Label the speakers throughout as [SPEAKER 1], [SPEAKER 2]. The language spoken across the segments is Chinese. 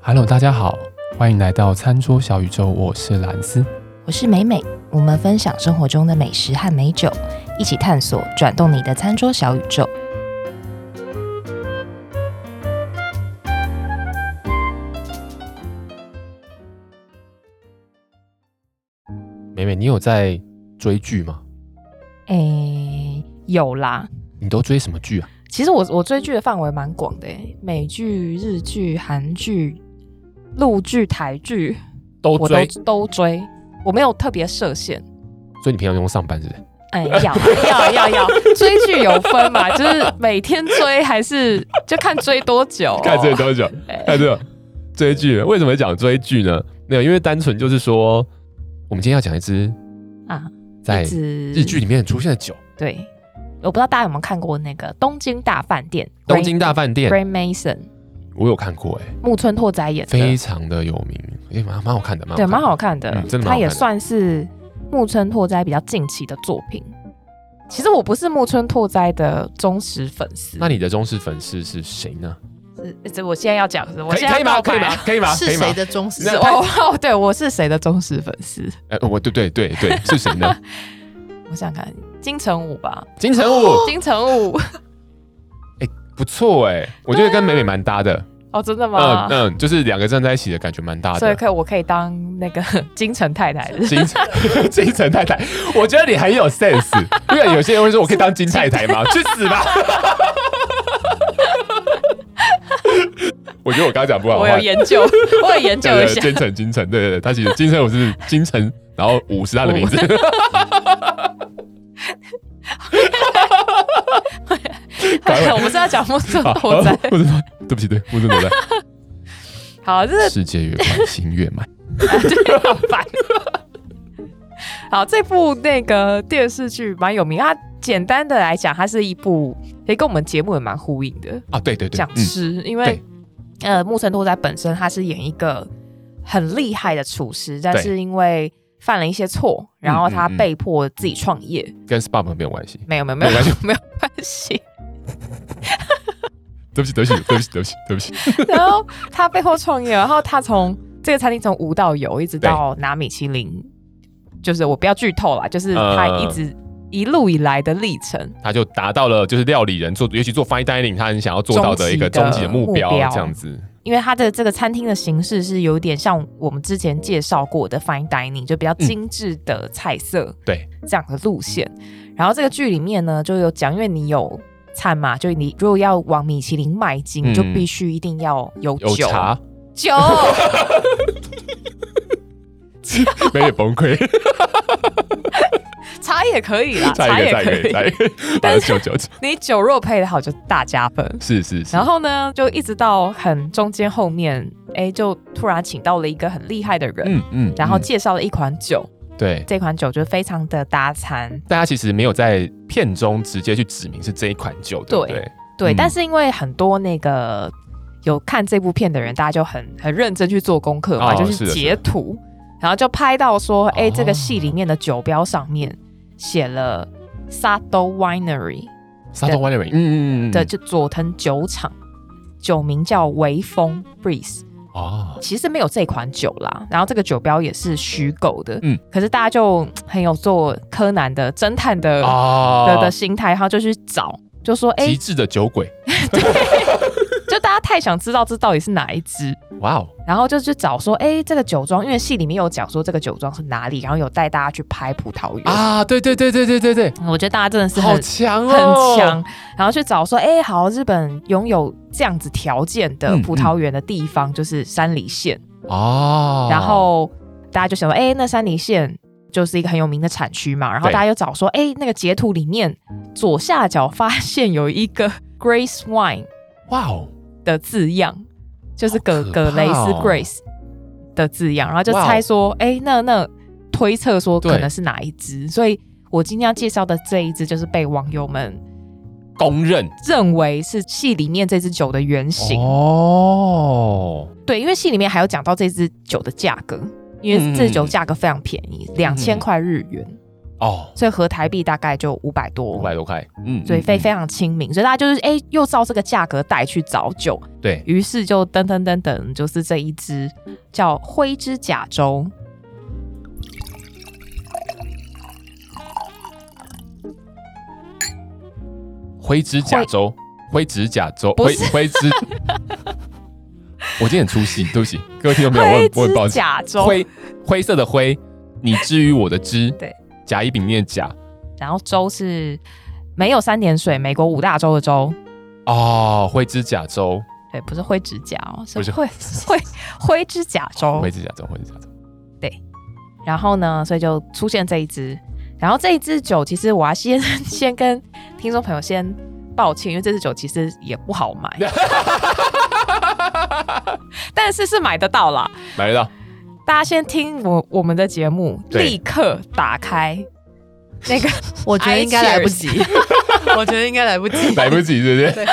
[SPEAKER 1] Hello，大家好，欢迎来到餐桌小宇宙，我是蓝斯。
[SPEAKER 2] 我是美美，我们分享生活中的美食和美酒，一起探索转动你的餐桌小宇宙。
[SPEAKER 1] 美美，你有在追剧吗？
[SPEAKER 2] 诶，有啦。
[SPEAKER 1] 你都追什么剧啊？
[SPEAKER 2] 其实我我追剧的范围蛮广的诶，美剧、日剧、韩剧、陆剧、台剧，
[SPEAKER 1] 都
[SPEAKER 2] 我
[SPEAKER 1] 追，
[SPEAKER 2] 都都追。我没有特别设限，
[SPEAKER 1] 所以你平常用上班是不是？
[SPEAKER 2] 哎， 要要要要，追剧有分嘛，就是每天追还是就看追多久、
[SPEAKER 1] 看这个多久？看这个追剧，为什么讲追剧呢？没有，因为单纯就是说，我们今天要讲一支
[SPEAKER 2] 啊，
[SPEAKER 1] 在
[SPEAKER 2] 一直
[SPEAKER 1] 日剧里面出现的酒
[SPEAKER 2] 对，我不知道大家有没有看过那个《东京大饭店》
[SPEAKER 1] ——东京大饭店，
[SPEAKER 2] Rain Mason
[SPEAKER 1] 我有看过、欸，哎，
[SPEAKER 2] 木村拓哉演
[SPEAKER 1] 非
[SPEAKER 2] 的，
[SPEAKER 1] 常的有名，哎、蛮蛮好看的，蛮
[SPEAKER 2] 对，蛮
[SPEAKER 1] 好看
[SPEAKER 2] 好看的，
[SPEAKER 1] 嗯真的蛮好看的
[SPEAKER 2] 他也算是木村拓哉比较近期的作品。其实我不是木村拓哉的忠实粉
[SPEAKER 1] 的。，
[SPEAKER 2] 丝
[SPEAKER 1] 那你的忠实粉丝是谁呢？
[SPEAKER 2] 呃这我现在要讲什么？我
[SPEAKER 1] 可以
[SPEAKER 2] 现在
[SPEAKER 1] 可以吗？
[SPEAKER 2] 要告
[SPEAKER 1] 可以
[SPEAKER 2] 白
[SPEAKER 1] 吗？？可以吗？可
[SPEAKER 3] 是
[SPEAKER 1] 以吗
[SPEAKER 3] 谁？的忠实
[SPEAKER 1] 那
[SPEAKER 2] 是？哦，哦对，我是谁的忠实粉丝？
[SPEAKER 1] 哎、我对对对对，是谁 呢？
[SPEAKER 2] 我想看金城武吧，
[SPEAKER 1] 金城武。
[SPEAKER 3] 哦
[SPEAKER 2] 金城武
[SPEAKER 1] 不错哎、我觉得跟美美蛮搭的，
[SPEAKER 2] 哦，真的
[SPEAKER 1] 嗯
[SPEAKER 2] 吗？
[SPEAKER 1] 嗯，就是两个站在一起的感觉蛮搭
[SPEAKER 2] 所以
[SPEAKER 1] 的。
[SPEAKER 2] 可以我可以当那个 金城太太的，
[SPEAKER 1] 金 金城太太，我觉得你很有 sense，因为有些人会说我可以当金太太吗？ 去死吧！我觉得我刚刚讲不好
[SPEAKER 2] 我
[SPEAKER 1] 话
[SPEAKER 2] 有，研究，我有研究
[SPEAKER 1] 对对
[SPEAKER 2] 一下
[SPEAKER 1] 对，。金城金城，对对对，他其实金城我是金城，然后武是他的名 字，
[SPEAKER 2] 对， 我们是要讲木村 拓哉。
[SPEAKER 1] 不是，对不起，对，不是 我在
[SPEAKER 2] 好，这是
[SPEAKER 1] 世界越宽，心越满。
[SPEAKER 2] 好烦。 好，这部那个电视剧蛮有名，它简单的来讲，它是一部也跟我们节目也蛮呼应的，
[SPEAKER 1] 啊，对对对，
[SPEAKER 2] 讲师，因为
[SPEAKER 1] 对
[SPEAKER 2] 呃，木村拓哉本身他是演一个很厉害的厨师，但
[SPEAKER 1] 对
[SPEAKER 2] 是因为犯了一些错，然后他
[SPEAKER 1] 嗯嗯
[SPEAKER 2] 被迫自己创业，
[SPEAKER 1] 嗯跟 SPA 没有关系。
[SPEAKER 2] 没有没有没有
[SPEAKER 1] 没关系
[SPEAKER 2] 没有关系，
[SPEAKER 1] 对不起，对不起，对不起，对不起，对不起。
[SPEAKER 2] 然后哦他被迫创业，然后他从这个餐厅从无到有，一直到拿米其林，就是我不要剧透啦，就是他
[SPEAKER 1] 呃
[SPEAKER 2] 一直一路以来的历程，
[SPEAKER 1] 他就达到了就是料理人做，尤其做 fine dining，他很想要做到的一个终
[SPEAKER 2] 终
[SPEAKER 1] 极
[SPEAKER 2] 极
[SPEAKER 1] 的
[SPEAKER 2] 的
[SPEAKER 1] 目标，
[SPEAKER 2] 目标
[SPEAKER 1] 这样子。
[SPEAKER 2] 因为他的这个餐厅的形式是有点像我们之前介绍过的 fine dining，就比较精致的菜色
[SPEAKER 1] 嗯对，
[SPEAKER 2] 这样的路线。然后这个剧里面呢，就有讲，因为你有。餐嘛，就你如果要往米其林迈进，
[SPEAKER 1] 嗯
[SPEAKER 2] 你就必须一定要有
[SPEAKER 1] 有
[SPEAKER 2] 酒，
[SPEAKER 1] 茶，
[SPEAKER 2] 酒
[SPEAKER 1] 没有崩溃，
[SPEAKER 2] 茶也可以啦，
[SPEAKER 1] 再
[SPEAKER 2] 茶
[SPEAKER 1] 一
[SPEAKER 2] 也
[SPEAKER 1] 个，再一
[SPEAKER 2] 可
[SPEAKER 1] 个，
[SPEAKER 2] 以，
[SPEAKER 1] 再一个，
[SPEAKER 2] 但是
[SPEAKER 1] 九九九，
[SPEAKER 2] 你酒若配的好，就大加分。
[SPEAKER 1] 是是是
[SPEAKER 2] 然，后呢，就一直到很中间后面，哎，就突然请到了一个很厉害的人，
[SPEAKER 1] 嗯嗯
[SPEAKER 2] 然后
[SPEAKER 1] 嗯
[SPEAKER 2] 介绍了一款酒，
[SPEAKER 1] 对，
[SPEAKER 2] 这款酒就非常的搭餐。
[SPEAKER 1] 大家其实没有在片中直接去指明是这一款酒，对不
[SPEAKER 2] 对
[SPEAKER 1] 对？
[SPEAKER 2] 对，
[SPEAKER 1] 嗯
[SPEAKER 2] 但是因为很多那个有看这部片的人，大家就很很认真去做功课嘛，
[SPEAKER 1] 哦
[SPEAKER 2] 就是是
[SPEAKER 1] 的
[SPEAKER 2] 截图，然后就拍到说，哎，
[SPEAKER 1] 哦
[SPEAKER 2] 这个戏里面的酒标上面写了 Sato Winery
[SPEAKER 1] 沙东 winery，嗯嗯嗯嗯，
[SPEAKER 2] 的，就佐藤酒厂，酒名叫微风 Breeze。
[SPEAKER 1] 哦，
[SPEAKER 2] 其实没有这款酒啦，然后这个酒标也是虚构的，
[SPEAKER 1] 嗯
[SPEAKER 2] 嗯，可是大家就很有做柯南的侦探的、的
[SPEAKER 1] 哦
[SPEAKER 2] 的，心态，然后就去找，就说哎、
[SPEAKER 1] 极致的酒鬼，
[SPEAKER 2] 就大家太想知道这到底是哪一支，
[SPEAKER 1] 哇哦，
[SPEAKER 2] 然后就去找说哎、这个酒庄，因为戏里面有讲说这个酒庄是哪里，然后有带大家去拍葡萄园，
[SPEAKER 1] 啊，对对对对对对对，
[SPEAKER 2] 嗯我觉得大家真的是
[SPEAKER 1] 好
[SPEAKER 2] 很。
[SPEAKER 1] 强哦，
[SPEAKER 2] 很强，，然后去找说，哎、好，日本拥有这样子条件的
[SPEAKER 1] 嗯
[SPEAKER 2] 葡萄园的地方、就是山梨县，
[SPEAKER 1] 哦，
[SPEAKER 2] 然后大家就想说，哎、那山梨县就是一个很有名的产区嘛，然后
[SPEAKER 1] 对
[SPEAKER 2] 大家又找说，哎、那个截图里面左下角发现有一个 Grace Wine
[SPEAKER 1] 哇哦，
[SPEAKER 2] 的字样，就是葛、
[SPEAKER 1] 好可怕
[SPEAKER 2] 葛雷斯
[SPEAKER 1] 哦
[SPEAKER 2] Grace 的字样，然后就
[SPEAKER 1] 哇哦
[SPEAKER 2] 猜说，哎、那那推测说
[SPEAKER 1] 对
[SPEAKER 2] 可能是哪一支，所以我今天要介绍的这一支就是被网友们
[SPEAKER 1] 公认
[SPEAKER 2] 认为是戏里面这支酒的原型。
[SPEAKER 1] 哦，
[SPEAKER 2] 对，因为戏里面还有讲
[SPEAKER 1] 嗯
[SPEAKER 2] 到这支酒的价格，因为这支酒价格非常便宜，两千块日元。
[SPEAKER 1] 哦，
[SPEAKER 2] 所以合台币大概就五百多，
[SPEAKER 1] 五百多块，嗯，
[SPEAKER 2] 所以非
[SPEAKER 1] 嗯
[SPEAKER 2] 非常亲民，所以大家就是哎、又照这个价格带去找酒，
[SPEAKER 1] 嗯对，
[SPEAKER 2] 于是就等等等等，就是这一支叫灰指甲粥。
[SPEAKER 1] 灰指甲粥，灰指甲粥，
[SPEAKER 2] 不
[SPEAKER 1] 灰
[SPEAKER 2] 是
[SPEAKER 1] 灰指， 我今天很出 戏，对不起，各位听众朋友，我很我很抱
[SPEAKER 2] 指
[SPEAKER 1] 歉，
[SPEAKER 2] 甲粥，
[SPEAKER 1] 灰灰色的灰，你之于我的之，
[SPEAKER 2] 对，
[SPEAKER 1] 甲乙丙念甲，
[SPEAKER 2] 然后粥是没有三点水，美国五大洲的粥，
[SPEAKER 1] 哦，灰指甲粥，
[SPEAKER 2] 对，不是灰指甲哦，是
[SPEAKER 1] 不是
[SPEAKER 2] 灰 灰灰指甲粥
[SPEAKER 1] 灰。指甲粥，灰指甲粥，
[SPEAKER 2] 然后呢，所以就出现这一支。然后这一支酒，其实我要先 先跟听众朋友先抱歉，因为这支酒其实也不好买，但是是买得到啦。
[SPEAKER 1] 买得到，
[SPEAKER 2] 大家先听我我们的节目，
[SPEAKER 1] 对
[SPEAKER 2] 立刻打开那个
[SPEAKER 3] 我觉得应该来不及， 我觉得应该来不及。
[SPEAKER 1] 来不及， 对不对？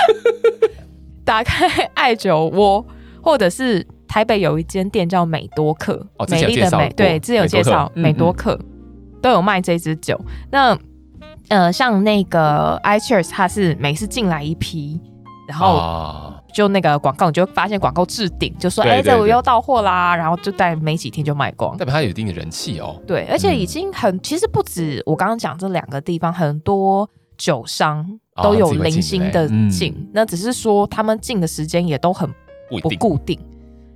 [SPEAKER 2] 打开爱酒窝， 或者是台北有一间店叫美多克，
[SPEAKER 1] 哦之前有
[SPEAKER 2] 美丽
[SPEAKER 1] 介
[SPEAKER 2] 的
[SPEAKER 1] 绍
[SPEAKER 2] 美，
[SPEAKER 1] 过
[SPEAKER 2] 对，之前有介绍美
[SPEAKER 1] 美
[SPEAKER 2] 多
[SPEAKER 1] 多嗯
[SPEAKER 2] 克都有卖这支酒。那呃，像那个 iCheers，它是每次进来一批，然后
[SPEAKER 1] 啊，
[SPEAKER 2] 就那个广告，你就发现广告置顶，就说
[SPEAKER 1] 对
[SPEAKER 2] 哎，
[SPEAKER 1] 对
[SPEAKER 2] 这我
[SPEAKER 1] 对
[SPEAKER 2] 又到货啦，然后就在没几天就卖光。
[SPEAKER 1] 代表它有一定的人气哦，
[SPEAKER 2] 对，而且
[SPEAKER 1] 嗯
[SPEAKER 2] 已经很，其实不止我刚刚讲这两个地方，很多酒商
[SPEAKER 1] 哦
[SPEAKER 2] 都
[SPEAKER 1] 他
[SPEAKER 2] 有
[SPEAKER 1] 自己会
[SPEAKER 2] 零
[SPEAKER 1] 进
[SPEAKER 2] 星
[SPEAKER 1] 对
[SPEAKER 2] 的
[SPEAKER 1] 嗯
[SPEAKER 2] 进，那只是说他们进的时间也都很
[SPEAKER 1] 不一
[SPEAKER 2] 不
[SPEAKER 1] 定，
[SPEAKER 2] 固定。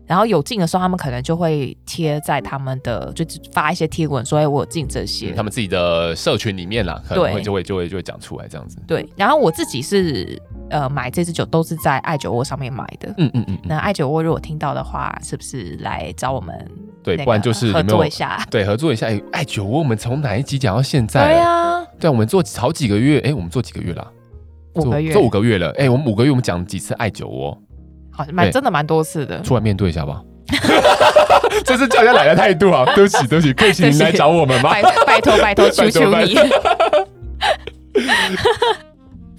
[SPEAKER 2] 然后有进的时候，他们可能就会贴在他们的，就只发一些贴文说，哎，我有进这些。
[SPEAKER 1] 嗯他们自己的社群里面啦，可能
[SPEAKER 2] 对
[SPEAKER 1] 会就会就会就会讲出来这样子，
[SPEAKER 2] 对，然后我自己是呃买这支酒都是在爱酒窝上面买的。
[SPEAKER 1] 嗯嗯嗯嗯，
[SPEAKER 2] 那爱酒窝如果听到的话，是不是来找我们
[SPEAKER 1] 对
[SPEAKER 2] 那
[SPEAKER 1] 不然
[SPEAKER 2] 个
[SPEAKER 1] 就是
[SPEAKER 2] 合
[SPEAKER 1] 你没有
[SPEAKER 2] 作一下？
[SPEAKER 1] 对，合作一下，哎哎，酒窝，我们从哪一集讲到现 在？
[SPEAKER 2] 对啊，
[SPEAKER 1] 对，我们做好几个月，哎，我们做几个月啦？
[SPEAKER 2] 五个
[SPEAKER 1] 做
[SPEAKER 2] 月
[SPEAKER 1] 做五个月了，哎、我们五个月我们讲几次爱酒窝，
[SPEAKER 2] 好像蛮
[SPEAKER 1] 对
[SPEAKER 2] 真的蛮多次的。
[SPEAKER 1] 出来面对一下吧。 这是叫人家来的态度啊！对不起，对不起，可以请您来找我们吗？
[SPEAKER 2] 拜拜 托拜托，求求你！ 啊对啊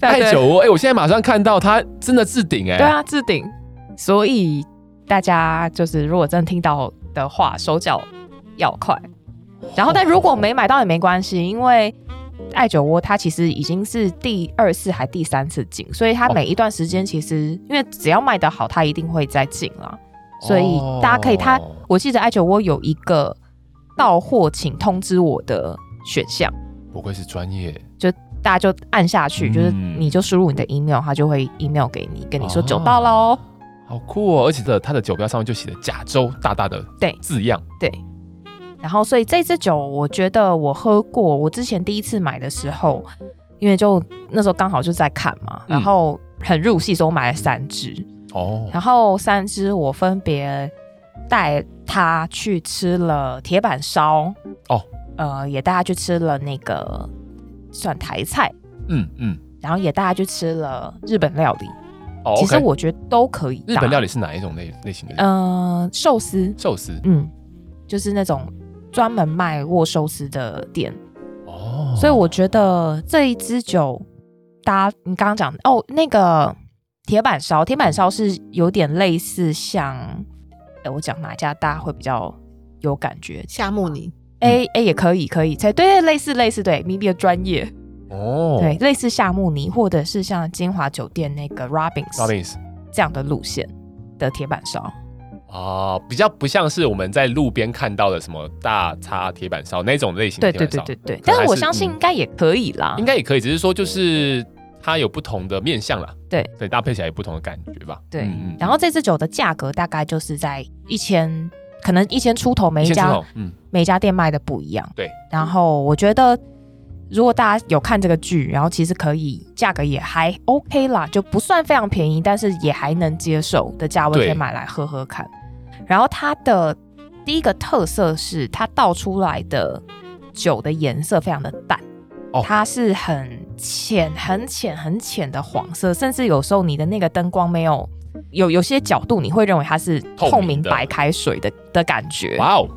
[SPEAKER 1] 爱
[SPEAKER 2] 对
[SPEAKER 1] 酒窝，哎、我现在马上看到他真的置顶、哎，
[SPEAKER 2] 对，啊，置顶。所以大家就是如果真的听到的话，手脚要快。然后，但如果没买到也没关系，因为爱酒窝它其实已经是第二次还第三次进，所以它
[SPEAKER 1] 哦
[SPEAKER 2] 每一段时间其实因为只要卖得好，它一定会再进啦。所以大家可以，它
[SPEAKER 1] 哦
[SPEAKER 2] 我记得爱酒窝有一个到货请通知我的选项。
[SPEAKER 1] 不愧是专业，
[SPEAKER 2] 大家就按下去，
[SPEAKER 1] 嗯
[SPEAKER 2] 就是你就输入你的 email，他就会 email 给你，跟你说
[SPEAKER 1] 哦
[SPEAKER 2] 酒到了哦。
[SPEAKER 1] 好酷哦！而且这它的酒标上面就写了甲州大大的
[SPEAKER 2] 对
[SPEAKER 1] 字样，
[SPEAKER 2] 对，然后所以这支酒，我觉得我喝过，我之前第一次买的时候，因为就那时候刚好就在看嘛，
[SPEAKER 1] 嗯
[SPEAKER 2] 然后很入戏，所以我买了三支，
[SPEAKER 1] 哦，
[SPEAKER 2] 然后三支我分别带他去吃了铁板烧，
[SPEAKER 1] 哦，
[SPEAKER 2] 呃，也带他去吃了那个算台菜，
[SPEAKER 1] 嗯嗯，
[SPEAKER 2] 然后也带他去吃了日本料理。
[SPEAKER 1] 哦
[SPEAKER 2] 其实
[SPEAKER 1] OK
[SPEAKER 2] 我觉得都可以。
[SPEAKER 1] 日本料理，是哪一种类类型的？
[SPEAKER 2] 呃，寿司，
[SPEAKER 1] 寿司
[SPEAKER 2] 嗯，就是那种专门卖握寿司的店，
[SPEAKER 1] 哦，
[SPEAKER 2] 所以我觉得这一支酒，大家你刚刚讲的哦，那个铁板烧，铁板烧是有点类似像，哎，我讲哪一家大家会比较有感觉？
[SPEAKER 3] 夏目尼，
[SPEAKER 2] 哎哎，也可以，可以，对对，类似类似，对，咪咪的专业，
[SPEAKER 1] 哦，
[SPEAKER 2] 对，类似夏目尼，或者是像金华酒店那个 Robins
[SPEAKER 1] ，Robins
[SPEAKER 2] 这样的路线的铁板烧。
[SPEAKER 1] 哦，比较不像是我们在路边看到的什么大叉铁板烧那种类型的铁
[SPEAKER 2] 对对
[SPEAKER 1] 板
[SPEAKER 2] 对
[SPEAKER 1] 烧，
[SPEAKER 2] 对对，
[SPEAKER 1] 可能
[SPEAKER 2] 但是我
[SPEAKER 1] 还是
[SPEAKER 2] 相信
[SPEAKER 1] 嗯
[SPEAKER 2] 应该也可以啦，
[SPEAKER 1] 应该也可以，只是说就是它有不同的面相啦，
[SPEAKER 2] 对，
[SPEAKER 1] 所以搭配起来有不同的感觉吧。
[SPEAKER 2] 对。
[SPEAKER 1] 嗯嗯
[SPEAKER 2] 然后这支酒的价格大概就是在一千，可能一千出头，每一
[SPEAKER 1] 先吃
[SPEAKER 2] 家
[SPEAKER 1] 好，嗯，
[SPEAKER 2] 每一家店卖的不一样。
[SPEAKER 1] 对。
[SPEAKER 2] 然后我觉得，如果大家有看这个剧，然后其实可以价格也还 OK 啦，就不算非常便宜，但是也还能接受的价位
[SPEAKER 1] 对
[SPEAKER 2] 可以买来喝喝看。然后它的第一个特色是它倒出来的酒的颜色非常的淡。
[SPEAKER 1] 哦
[SPEAKER 2] 它是很浅、很浅、很浅的黄色，甚至有时候你的那个灯光没有有有些角度，你会认为它是
[SPEAKER 1] 透明的
[SPEAKER 2] 透明白开水的的感觉，
[SPEAKER 1] 哇哦，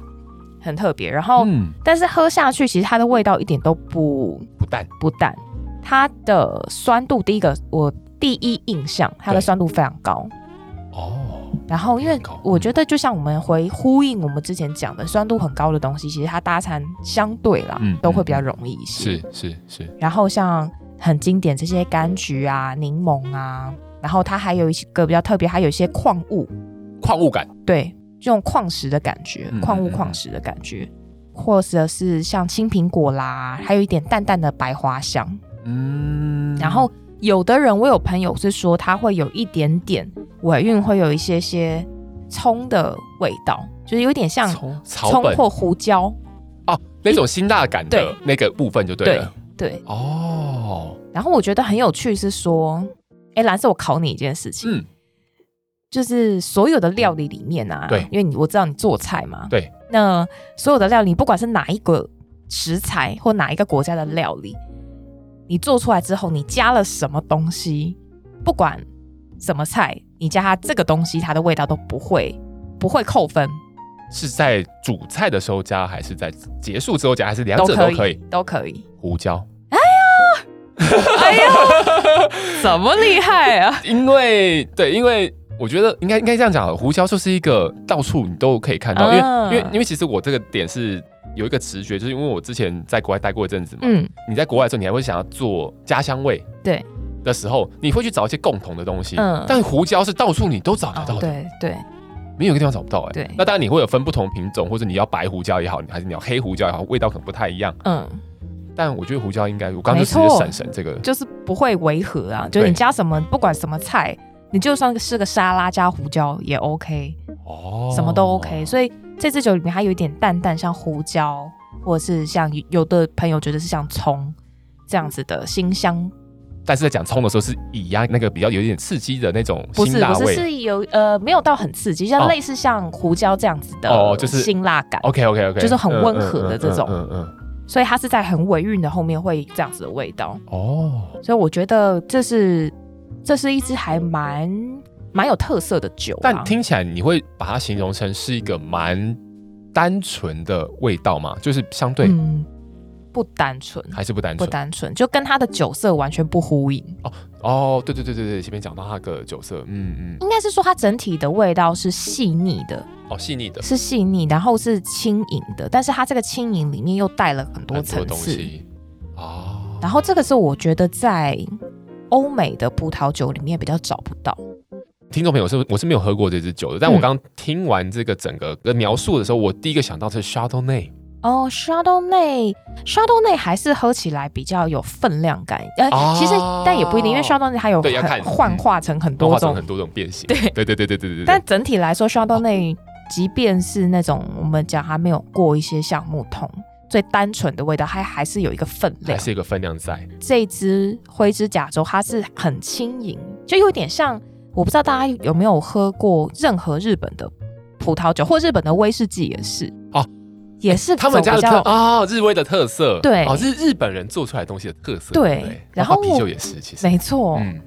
[SPEAKER 2] 很特别。然后，
[SPEAKER 1] 嗯，
[SPEAKER 2] 但是喝下去，其实它的味道一点都不
[SPEAKER 1] 不淡，
[SPEAKER 2] 不淡，它的酸度，第一个我第一印象，它的
[SPEAKER 1] 对
[SPEAKER 2] 酸度非常高，
[SPEAKER 1] 哦，
[SPEAKER 2] 然后，因为
[SPEAKER 1] 很高
[SPEAKER 2] 我觉得，就像我们回呼应我们之前讲的，酸度很高的东西，其实它搭餐相对啦，
[SPEAKER 1] 嗯
[SPEAKER 2] 都会比较容易一些。
[SPEAKER 1] 是是是，
[SPEAKER 2] 然后像很经典这些柑橘啊、柠檬啊，然后它还有一些个比较特别，还有一些矿物，
[SPEAKER 1] 矿物感，
[SPEAKER 2] 对，这种矿石的感觉
[SPEAKER 1] 嗯，
[SPEAKER 2] 矿物
[SPEAKER 1] 嗯嗯
[SPEAKER 2] 矿石的感觉，或者是像青苹果啦，还有一点淡淡的白花香。
[SPEAKER 1] 嗯
[SPEAKER 2] 然后有的人，我有朋友是说他会有一点点尾韵，会有一些些葱的味道，就是有点像
[SPEAKER 1] 葱草
[SPEAKER 2] 葱
[SPEAKER 1] 本
[SPEAKER 2] 或胡椒。
[SPEAKER 1] 哦，那种辛辣感的
[SPEAKER 2] 对
[SPEAKER 1] 那个部分就对了。
[SPEAKER 2] 对，
[SPEAKER 1] 哦，
[SPEAKER 2] 然后我觉得很有趣是说，哎，蓝色，我考你一件事情，
[SPEAKER 1] 嗯，
[SPEAKER 2] 就是所有的料理里面啊，
[SPEAKER 1] 对
[SPEAKER 2] 因为你我知道你做菜嘛，
[SPEAKER 1] 对，
[SPEAKER 2] 那所有的料理，不管是哪一个食材或哪一个国家的料理，你做出来之后，你加了什么东西，不管什么菜，你加它这个东西，它的味道都不会不会扣分，
[SPEAKER 1] 是在主菜的时候加，还是在结束之后加，还是两
[SPEAKER 2] 都
[SPEAKER 1] 者都
[SPEAKER 2] 可
[SPEAKER 1] 可以？
[SPEAKER 2] 以，都可以。
[SPEAKER 1] 胡椒，
[SPEAKER 2] 哎呦， 怎么厉害啊？
[SPEAKER 1] 因为对，因为我觉得应该应该这样讲好了，胡椒就是一个到处你都可以看到，因
[SPEAKER 2] 啊
[SPEAKER 1] 为因为因为其实我这个点是有一个直觉，就是因为我之前在国外待过一阵子嘛，
[SPEAKER 2] 嗯，
[SPEAKER 1] 你在国外的时候，你还会想要做家乡味，
[SPEAKER 2] 对
[SPEAKER 1] 的时候，你会去找一些共同的东西，
[SPEAKER 2] 嗯
[SPEAKER 1] 但胡椒是到处你都找得到的，
[SPEAKER 2] 哦对对，
[SPEAKER 1] 没有一个地方找不到哎、
[SPEAKER 2] 对
[SPEAKER 1] 那当然你会有分不同品种，或者你要白胡椒也好，你还是你要黑胡椒也好，味道可能不太一样。
[SPEAKER 2] 嗯，
[SPEAKER 1] 但我觉得胡椒应该，我刚刚就直接
[SPEAKER 2] 没错
[SPEAKER 1] 闪神这个，
[SPEAKER 2] 就是不会违和啊。就是你
[SPEAKER 1] 对
[SPEAKER 2] 加什么，不管什么菜，你就算是个沙拉加胡椒也 OK。
[SPEAKER 1] 哦
[SPEAKER 2] 什么都 OK。所以这支酒里面它有一点淡淡像胡椒，或者是像有的朋友觉得是像葱这样子的辛香，
[SPEAKER 1] 但是在讲葱的时候是以呀那个比较有一点刺激的那种
[SPEAKER 2] 不
[SPEAKER 1] 辛
[SPEAKER 2] 是
[SPEAKER 1] 辣
[SPEAKER 2] 不是
[SPEAKER 1] 味。
[SPEAKER 2] 是有呃没有到很刺激，
[SPEAKER 1] 哦
[SPEAKER 2] 像类似像胡椒这样子
[SPEAKER 1] 哦
[SPEAKER 2] 的
[SPEAKER 1] 就是哦
[SPEAKER 2] 辛辣感，
[SPEAKER 1] OK OK OK，
[SPEAKER 2] 就是很温和的这种
[SPEAKER 1] 嗯嗯嗯
[SPEAKER 2] 所以它是在很尾韵的后面会这样子的味道。
[SPEAKER 1] 哦，
[SPEAKER 2] 所以我觉得这是这是一支还蛮蛮有特色的酒、啊，
[SPEAKER 1] 但听起来你会把它形容成是一个蛮单纯的味道嘛？就是相对
[SPEAKER 2] 嗯不单纯。
[SPEAKER 1] 还是不单
[SPEAKER 2] 不
[SPEAKER 1] 纯。
[SPEAKER 2] 单纯，就跟它的酒色完全不呼应。
[SPEAKER 1] 哦，对对对对对，前面讲到它的酒色，嗯嗯，
[SPEAKER 2] 应该是说它整体的味道是细腻的，
[SPEAKER 1] 哦，细腻的
[SPEAKER 2] 是细腻，然后是轻盈的，但是它这个轻盈里面又带了很多
[SPEAKER 1] 很多
[SPEAKER 2] 层
[SPEAKER 1] 东
[SPEAKER 2] 次。
[SPEAKER 1] 西哦，
[SPEAKER 2] 然后这个是我觉得在欧美的葡萄酒里面比较找不到。
[SPEAKER 1] 听众朋友是我是没有喝过这支酒的，但我
[SPEAKER 2] 嗯
[SPEAKER 1] 刚听完这个整个的描述的时候，我第一个想到是 Chardonnay
[SPEAKER 2] 哦 s h a d o w 内 s h a d o w 内还是喝起来比较有分量感，呃，
[SPEAKER 1] 哦
[SPEAKER 2] 其实但也不一定，因为 s h a d o w 内它有
[SPEAKER 1] 对要看
[SPEAKER 2] 很幻化成很
[SPEAKER 1] 动
[SPEAKER 2] 多
[SPEAKER 1] 画中
[SPEAKER 2] 种
[SPEAKER 1] 很多种变形，对对对对对对对，
[SPEAKER 2] 但整体来说 s h a d o w 内即便是那种我们讲它没有过一些橡木桶最单纯的味道，它还是有一个分
[SPEAKER 1] 还
[SPEAKER 2] 量。
[SPEAKER 1] 是一个分量在，
[SPEAKER 2] 这支灰指甲粥，它是很轻盈，就有点像我不知道大家有没有喝过任何日本的葡萄酒，或日本的威士忌也是
[SPEAKER 1] 哦，
[SPEAKER 2] 也是
[SPEAKER 1] 他们
[SPEAKER 2] 走
[SPEAKER 1] 家的
[SPEAKER 2] 比
[SPEAKER 1] 特
[SPEAKER 2] 较
[SPEAKER 1] 哦，日威的特色，
[SPEAKER 2] 对
[SPEAKER 1] 哦，是日本人做出来的东西的特色，
[SPEAKER 2] 对
[SPEAKER 1] 不
[SPEAKER 2] 然
[SPEAKER 1] 包
[SPEAKER 2] 后
[SPEAKER 1] 括啤
[SPEAKER 2] 我
[SPEAKER 1] 酒也是，其实，
[SPEAKER 2] 没错，
[SPEAKER 1] 嗯，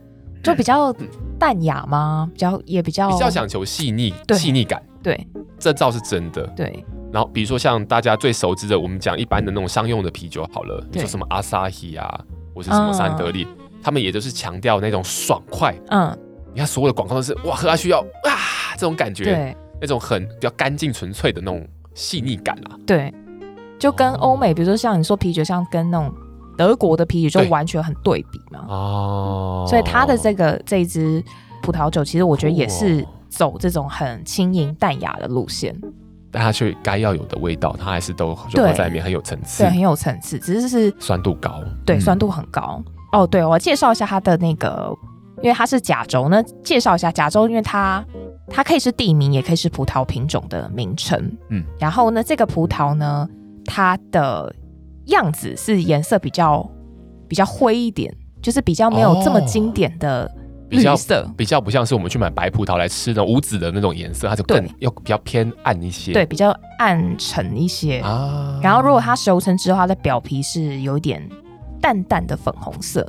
[SPEAKER 2] 就比较
[SPEAKER 1] 嗯
[SPEAKER 2] 淡雅嘛，比较也比较
[SPEAKER 1] 比较讲求细腻
[SPEAKER 2] 哦对
[SPEAKER 1] 细腻感，
[SPEAKER 2] 对
[SPEAKER 1] 这倒是真的。
[SPEAKER 2] 对
[SPEAKER 1] 然后比如说像大家最熟知的，我们讲一般的那种商用的啤酒好了，你
[SPEAKER 2] 对
[SPEAKER 1] 说什么阿萨希啊，或是什么三得利，他们也就是强调那种爽快。
[SPEAKER 2] 嗯
[SPEAKER 1] 你看所有的广告都是哇，喝下去要啊这种感觉，
[SPEAKER 2] 对
[SPEAKER 1] 那种很比较干净纯粹的那种细腻感啊。
[SPEAKER 2] 对，就跟
[SPEAKER 1] 哦
[SPEAKER 2] 欧美，比如说像你说啤酒，像跟那种德国的啤酒
[SPEAKER 1] 对
[SPEAKER 2] 就完全很对比嘛，
[SPEAKER 1] 哦
[SPEAKER 2] 所以它的这个这一支葡萄酒，其实我觉得也是
[SPEAKER 1] 酷哦
[SPEAKER 2] 走这种很轻盈淡雅的路线，
[SPEAKER 1] 但它却该要有的味道，它还是都融合在里面，很有层次
[SPEAKER 2] 对，，很有层次，只是是
[SPEAKER 1] 酸度高，
[SPEAKER 2] 对
[SPEAKER 1] 嗯
[SPEAKER 2] 酸度很高。哦，对，我介绍一下它的那个，因为它是甲州呢，介绍一下甲州，因为它它可以是地名，也可以是葡萄品种的名称。
[SPEAKER 1] 嗯
[SPEAKER 2] 嗯，然后呢，这个葡萄呢，它的样子是颜色比较比较灰一点，就是比较没有这么
[SPEAKER 1] 哦
[SPEAKER 2] 经典的
[SPEAKER 1] 比
[SPEAKER 2] 绿
[SPEAKER 1] 较
[SPEAKER 2] 色。
[SPEAKER 1] 比较不像是我们去买白葡萄来吃那种无籽的那种颜色，它就更
[SPEAKER 2] 对
[SPEAKER 1] 又比较偏暗一些。
[SPEAKER 2] 对，比较暗沉一些。
[SPEAKER 1] 啊
[SPEAKER 2] 然后如果它熟成之后，它的表皮是有一点淡淡的粉红色，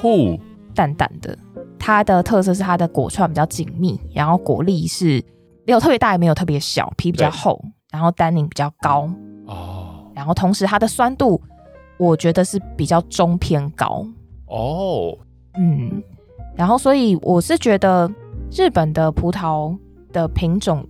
[SPEAKER 1] 酷
[SPEAKER 2] 淡淡的。它的特色是它的果串比较紧密，然后果粒是没有特别大，也没有特别小，皮比较
[SPEAKER 1] 对
[SPEAKER 2] 厚，然后单宁比较高，
[SPEAKER 1] 哦。
[SPEAKER 2] 然后同时它的酸度，我觉得是比较中偏高，
[SPEAKER 1] 哦，
[SPEAKER 2] 嗯，然后所以我是觉得日本的葡萄的品种，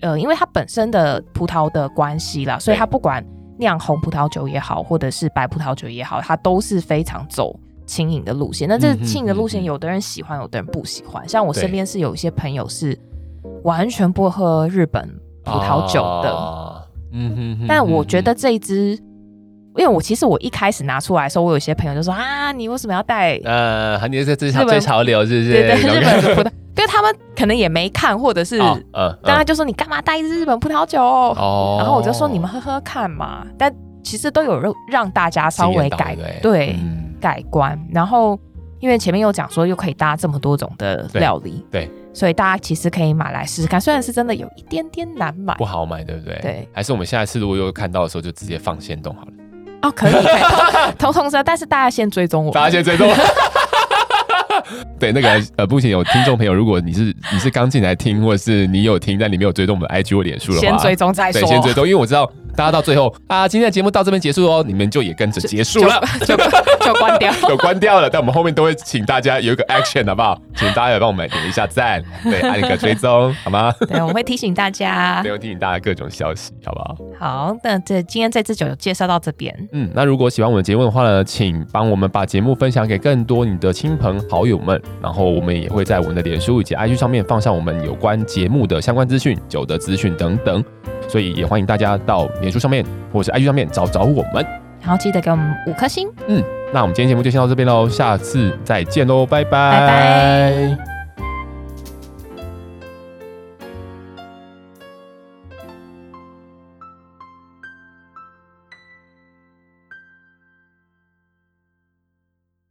[SPEAKER 2] 呃，因为它本身的葡萄的关系啦，所以它不管酿红葡萄酒也好，或者是白葡萄酒也好，它都是非常走轻盈的路线。那这
[SPEAKER 1] 嗯哼
[SPEAKER 2] 轻盈的路
[SPEAKER 1] 嗯
[SPEAKER 2] 线，
[SPEAKER 1] 哼
[SPEAKER 2] 有的人喜欢，有的人不喜欢。像我
[SPEAKER 1] 对
[SPEAKER 2] 身边是有一些朋友是完全不喝日本葡萄酒的，
[SPEAKER 1] 啊嗯哼哼
[SPEAKER 2] 但我觉得这一支，因为我其实我一开始拿出来的时候，我有些朋友就说啊，你为什么要带
[SPEAKER 1] 呃，韩姐在最潮
[SPEAKER 2] 日本
[SPEAKER 1] 最潮流是不是？
[SPEAKER 2] 对对
[SPEAKER 1] 然后
[SPEAKER 2] 日本的葡萄？ 对他们可能也没看，或者是
[SPEAKER 1] 哦嗯，
[SPEAKER 2] 大家
[SPEAKER 1] 嗯
[SPEAKER 2] 就说你干嘛带一支日本葡萄酒？
[SPEAKER 1] 哦
[SPEAKER 2] 然后我就说你们喝喝看嘛。但其实都有让让大家稍微改
[SPEAKER 1] 经验到
[SPEAKER 2] 对、
[SPEAKER 1] 嗯
[SPEAKER 2] 改观，然后。因为前面有讲说，又可以搭这么多种的料理，
[SPEAKER 1] 对对
[SPEAKER 2] 所以大家其实可以买来试试看。虽然是真的有一点点难买
[SPEAKER 1] 不好买，对不对？
[SPEAKER 2] 对，
[SPEAKER 1] 还是我们下一次如果有看到的时候，就直接放先动好了。
[SPEAKER 2] 哦，可以，可以通 通车，但是大家先追踪我，
[SPEAKER 1] 大家先追踪。对，那 个呃，不行，有听众朋友，如果你是你是刚进来听，或者是你有听，但你没有追踪我们的 IG 或脸书的话，
[SPEAKER 2] 先追踪再
[SPEAKER 1] 对，
[SPEAKER 2] 说，
[SPEAKER 1] 先追踪，因为我知道大家到最后啊，今天的节目到这边结束哦，你们就也跟着结束了。
[SPEAKER 2] 就就关 掉。
[SPEAKER 1] 有关掉了，但我们后面都会请大家有一个 action 好不好？请大家也帮我们点一下赞，对，按一个追踪好 吗？
[SPEAKER 2] 对，我们会提醒大家
[SPEAKER 1] 没。有提醒大家各种消息好不好？
[SPEAKER 2] 好，那这今天这支酒就介绍到这边。
[SPEAKER 1] 嗯，那如果喜欢我们节目的话呢，请帮我们把节目分享给更多你的亲朋好友们，然后我们也会在我们的脸书以及 IG 上面放上我们有关节目的相关资讯、酒的资讯等等，所以也欢迎大家到脸书上面或者是 IG 上面找找我们。
[SPEAKER 2] 然后记得给我们五颗星。
[SPEAKER 1] 那我们今天节目就先到这边喽，下次再见喽，拜拜
[SPEAKER 2] 拜拜